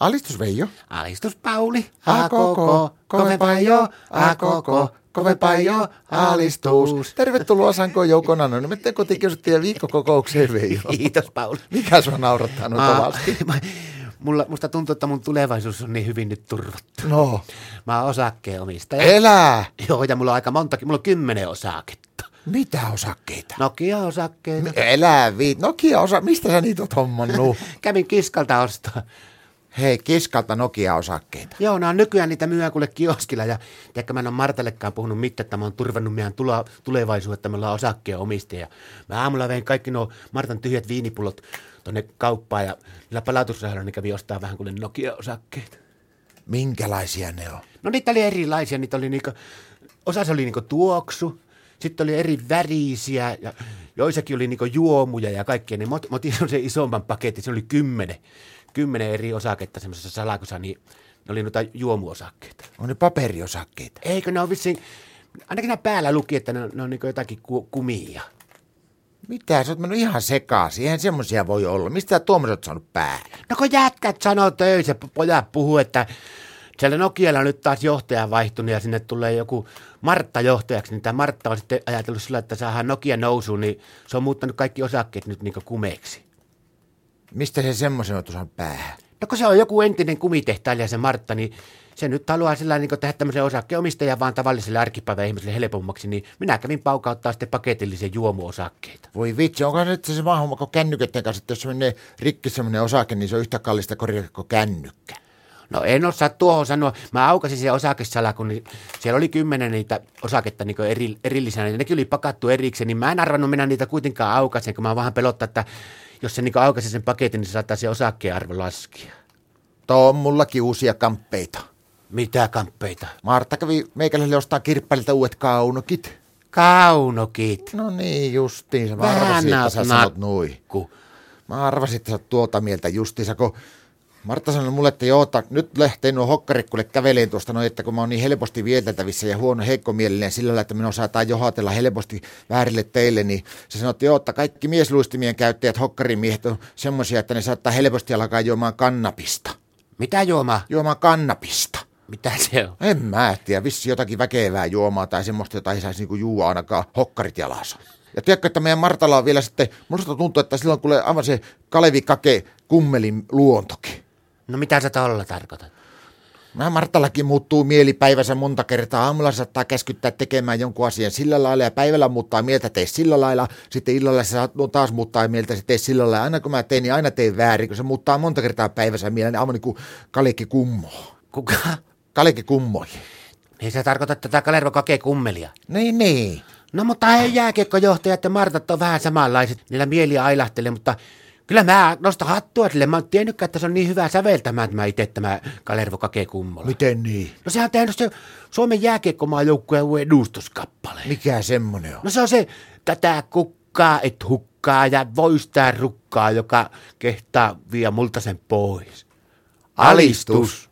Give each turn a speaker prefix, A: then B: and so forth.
A: Alistus Veijo.
B: Alistus Pauli,
A: A koko, kovempaa jo, a koko, kovempaa jo, alistus. Tervetuloa Sanko Joukona, no nimittäin kotikiusattiin viikkokokoukseen Veijo.
B: Kiitos Pauli.
A: Mikä sua naurattaa noin No kovasti?
B: mä- mulla, musta tuntuu, että mun tulevaisuus on niin hyvin nyt turvattu.
A: No,
B: Mä oon osakkeenomistaja.
A: Eh? elää.
B: Joo, ja mulla on aika montakin, mulla on kymmenen osaketta.
A: Mitä osakkeita? Mm.
B: Nokia-osakkeita.
A: Elää viit. Nokia osa, mistä sä niitä oot hommannut?
B: Kävin kiskalta ostaa.
A: Hei, kiskalta Nokia-osakkeita.
B: Joo, nää on nykyään niitä myyä kuule kioskilla ja tiedätkö, mä en ole Martallekaan puhunut mitään, että mä oon turvannut meidän tula, tulevaisuutta, että me ollaan osakkeenomistaja. Mä aamulla vein kaikki nuo Martan tyhjät viinipullot tonne kauppaan ja niillä palautusrahalla ne kävi ostaa vähän kuule Nokia-osakkeita.
A: Minkälaisia ne on?
B: No niitä oli erilaisia, niitä oli niinku, osassa oli niinku tuoksu, sitten oli eri värisiä ja joissakin oli niinku juomuja ja kaikkea. Niin mä ot- mä otin sen isomman paketin, se oli kymmenen, kymmenen eri osaketta semmoisessa salakussa, niin ne oli noita juomuosakkeita.
A: On ne paperiosakkeita.
B: Eikö ne ole vissiin, ainakin nämä päällä luki, että ne on, ne on niinku jotakin ku, kumia.
A: Mitä? Sä oot mennyt ihan sekaisin. Eihän semmosia voi olla. Mistä sä tuommoiset oot saanut päälle?
B: No kun jätkät sanoo töissä, p- pojat puhuu, että siellä Nokialla on nyt taas johtaja vaihtunut ja sinne tulee joku Martta johtajaksi, niin tämä Martta on sitten ajatellut sillä, että saadaan Nokia nousuun, niin se on muuttanut kaikki osakkeet nyt niinku kumeiksi.
A: Mistä se semmoisen oot saanut päähän?
B: No kun se on joku entinen kumitehtailija se Martta, niin se nyt haluaa sillä niin tehdä tämmöisen osakkeenomistajan vaan tavalliselle arkipäivän ihmiselle helpommaksi, niin minä kävin paukauttaa sitten paketillisia juomuosakkeita.
A: Voi vitsi, onko nyt se sama homma kuin kännyköiden kanssa, että jos menee rikki semmoinen osake, niin se on yhtä kallista korjata kuin kännykkä.
B: No en osaa tuohon sanoa. Mä aukasin sen osakesalakun, niin siellä oli kymmenen niitä osaketta niin eri, erillisenä. Ja nekin oli pakattu erikseen, niin mä en arvannut minä niitä kuitenkaan aukaisen, kun mä vähän pelottaa, että jos se niin aukaisi sen paketin, niin se saattaa se osakkeen arvo laskea.
A: Tuo on mullakin uusia kamppeita.
B: Mitä kamppeita?
A: Martta kävi meikäläiselle ostaa kirppäriltä uudet kaunokit.
B: Kaunokit.
A: No niin, justiinsa. Mä
B: Vähän
A: arvasin, että sä
B: nakku.
A: sanot nui.
B: Ku.
A: Mä arvasin, että sä oot tuolta mieltä justiinsa, kun Martta sanoi mulle, että joo, ta, nyt lähtee nuo hokkarikkulle käveleen tuosta noin, että kun mä oon niin helposti vieteltävissä ja huono heikkomielinen sillä lailla, että minä osataan johatella helposti väärille teille, niin se sanoi, että joo, että kaikki miesluistimien käyttäjät, hokkarimiehet on semmoisia, että ne saattaa helposti alkaa juomaan kannapista.
B: Mitä juoma?
A: Juomaan kannapista.
B: Mitä se on?
A: En mä tiedä, vissi jotakin väkevää juomaa tai semmoista, jota ei saisi niinku juua ainakaan hokkarit jalassa. Ja tiedätkö, että meidän Martalla on vielä sitten, musta tuntuu, että silloin kuulee aivan se Kalevi Kake kummelin luontokin.
B: No mitä sä tolla tarkoitat?
A: Mä Martallakin muuttuu mielipäivänsä monta kertaa. Aamulla se saattaa käskyttää tekemään jonkun asian sillä lailla ja päivällä muuttaa mieltä, tee sillä lailla. Sitten illalla se saat- no, taas muuttaa mieltä, se tee sillä lailla. Aina kun mä teen, niin aina teen väärin, kun se muuttaa monta kertaa päivänsä mieleen, aivan niin kuin Kalekki kummoo.
B: Kuka?
A: Kalekki kummoi.
B: Ei sä tarkoita tätä Kalervo Kake kummelia.
A: Niin, niin.
B: No mutta ei jääkiekkojohtajat ja Martat on vähän samanlaiset, niillä mieliä ailahtelee, mutta kyllä mä nostan hattua sille. Mä oon tiennytkään, että se on niin hyvä säveltämään tämä itse tämä Kalervo Kake Kummola.
A: Miten niin?
B: No sehän on tehnyt se Suomen jääkiekkomaajoukkueen uuden edustuskappale.
A: Mikä semmonen on?
B: No se on se tätä kukkaa et hukkaa ja voistaa rukkaa, joka kehtaa vie multa sen pois. Alistus.